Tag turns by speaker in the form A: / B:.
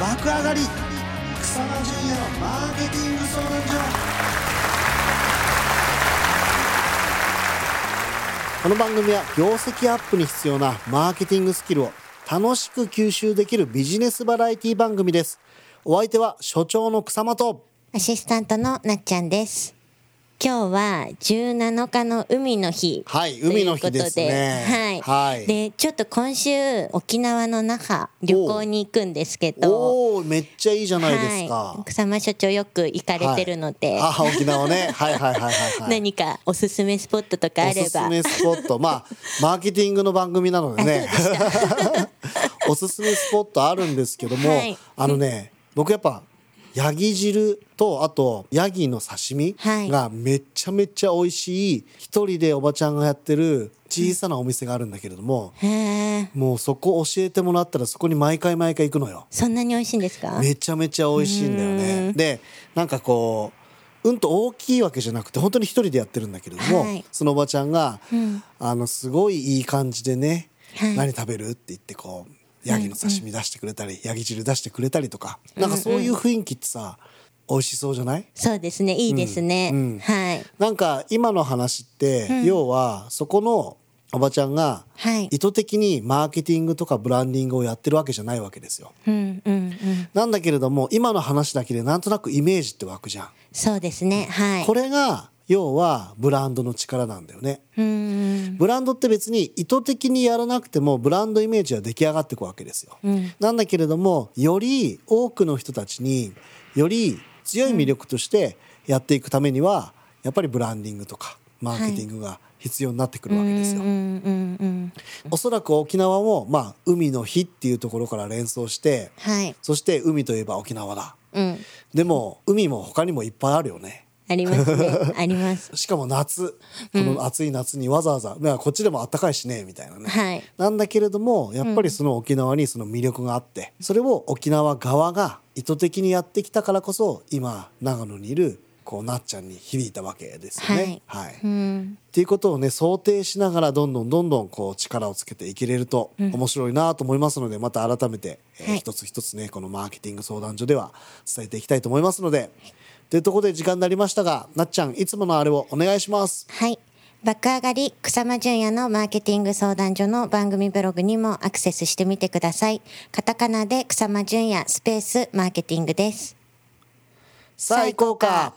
A: 爆上がり草間淳也のマーケティング相談所この番組は業績アップに必要なマーケティングスキルを楽しく吸収できるビジネスバラエティ番組ですお相手は所長の草間と
B: アシスタントのなっちゃんです。今日は17日の海の日。
A: はい
B: と
A: 海
B: い
A: の
B: うこ
A: 日
B: と
A: です
B: で
A: ね
B: はい。
A: はい
B: で、ちょっと今週、沖縄の那覇、旅行に行くんですけど。
A: おおめっちゃいいじゃないですか、
B: はい。草間所長よく行かれてるので、
A: あ沖縄ねはいはいはいはい、 はい、
B: 何かおすすめスポットとかあれば。
A: おすすめスポットまあマーケティングの番組なので ねおすすめスポットあるんですけども、
B: はい
A: あのね僕やっぱヤギ汁とあとヤギの刺身
B: はい
A: がめちゃめちゃ美味しい一人でおばちゃんがやってる小さなお店があるんだけれども、
B: へえ。
A: もうそこ教えてもらったらそこに毎回毎回行くのよ。
B: そんなに美味しいんですか
A: めちゃめちゃ美味しいんだよ
B: う
A: ね
B: ん
A: でなんかこううんと大きいわけじゃなくて本当に一人でやってるんだけれども、
B: はい
A: そのおばちゃんが、
B: ん
A: あのすごいいい感じでね、
B: はい
A: 何食べるって言ってこうヤギの刺身出してくれたり、ヤギ汁出してくれたりとか、なんかそういう雰囲気ってさ美味しそうじゃない
B: そうですね。いいですね。
A: うんうん
B: はい。
A: なんか今の話って、要はそこのおばちゃんが
B: はい
A: 意図的にマーケティングとかブランディングをやってるわけじゃないわけですよ。
B: うんうんうん。
A: なんだけれども今の話だけでなんとなくイメージって湧くじゃん。
B: そうですね。はい。
A: これが要はブランドの力なんだよね。
B: うんうん。
A: ブランドって別に意図的にやらなくてもブランドイメージは出来上がっていくわけですよ。
B: うん
A: なんだけれどもより多くの人たちにより強い魅力としてやっていくためには、やっぱりブランディングとかマーケティングが必要になってくるわけですよ。
B: うんうんうん。
A: おそらく沖縄も、まあ、海の日っていうところから連想して
B: はい。
A: そして海といえば沖縄だ
B: うん。
A: でも海も他にもいっぱいあるよね。
B: ありますね。あります。
A: しかも夏この暑い夏にわざわざ、まあこっちでも暖かいしねみたいなね、
B: はい
A: なんだけれどもやっぱりその沖縄にその魅力があって、それを沖縄側が意図的にやってきたからこそ今長野にいるこうなっちゃんに響いたわけですよね。はい
B: うん。
A: っていうことをね想定しながらどんどんどんどんこう力をつけていけれると面白いなと思いますので、また改めて、えー
B: はい
A: 一つ一つねこのマーケティング相談所では伝えていきたいと思いますので。というところで時間になりましたがなっちゃんいつものあれをお願いします。
B: はい。爆上がり草間淳也のマーケティング相談所の番組ブログにもアクセスしてみてください。カタカナで草間淳也スペースマーケティングです。
A: 最高か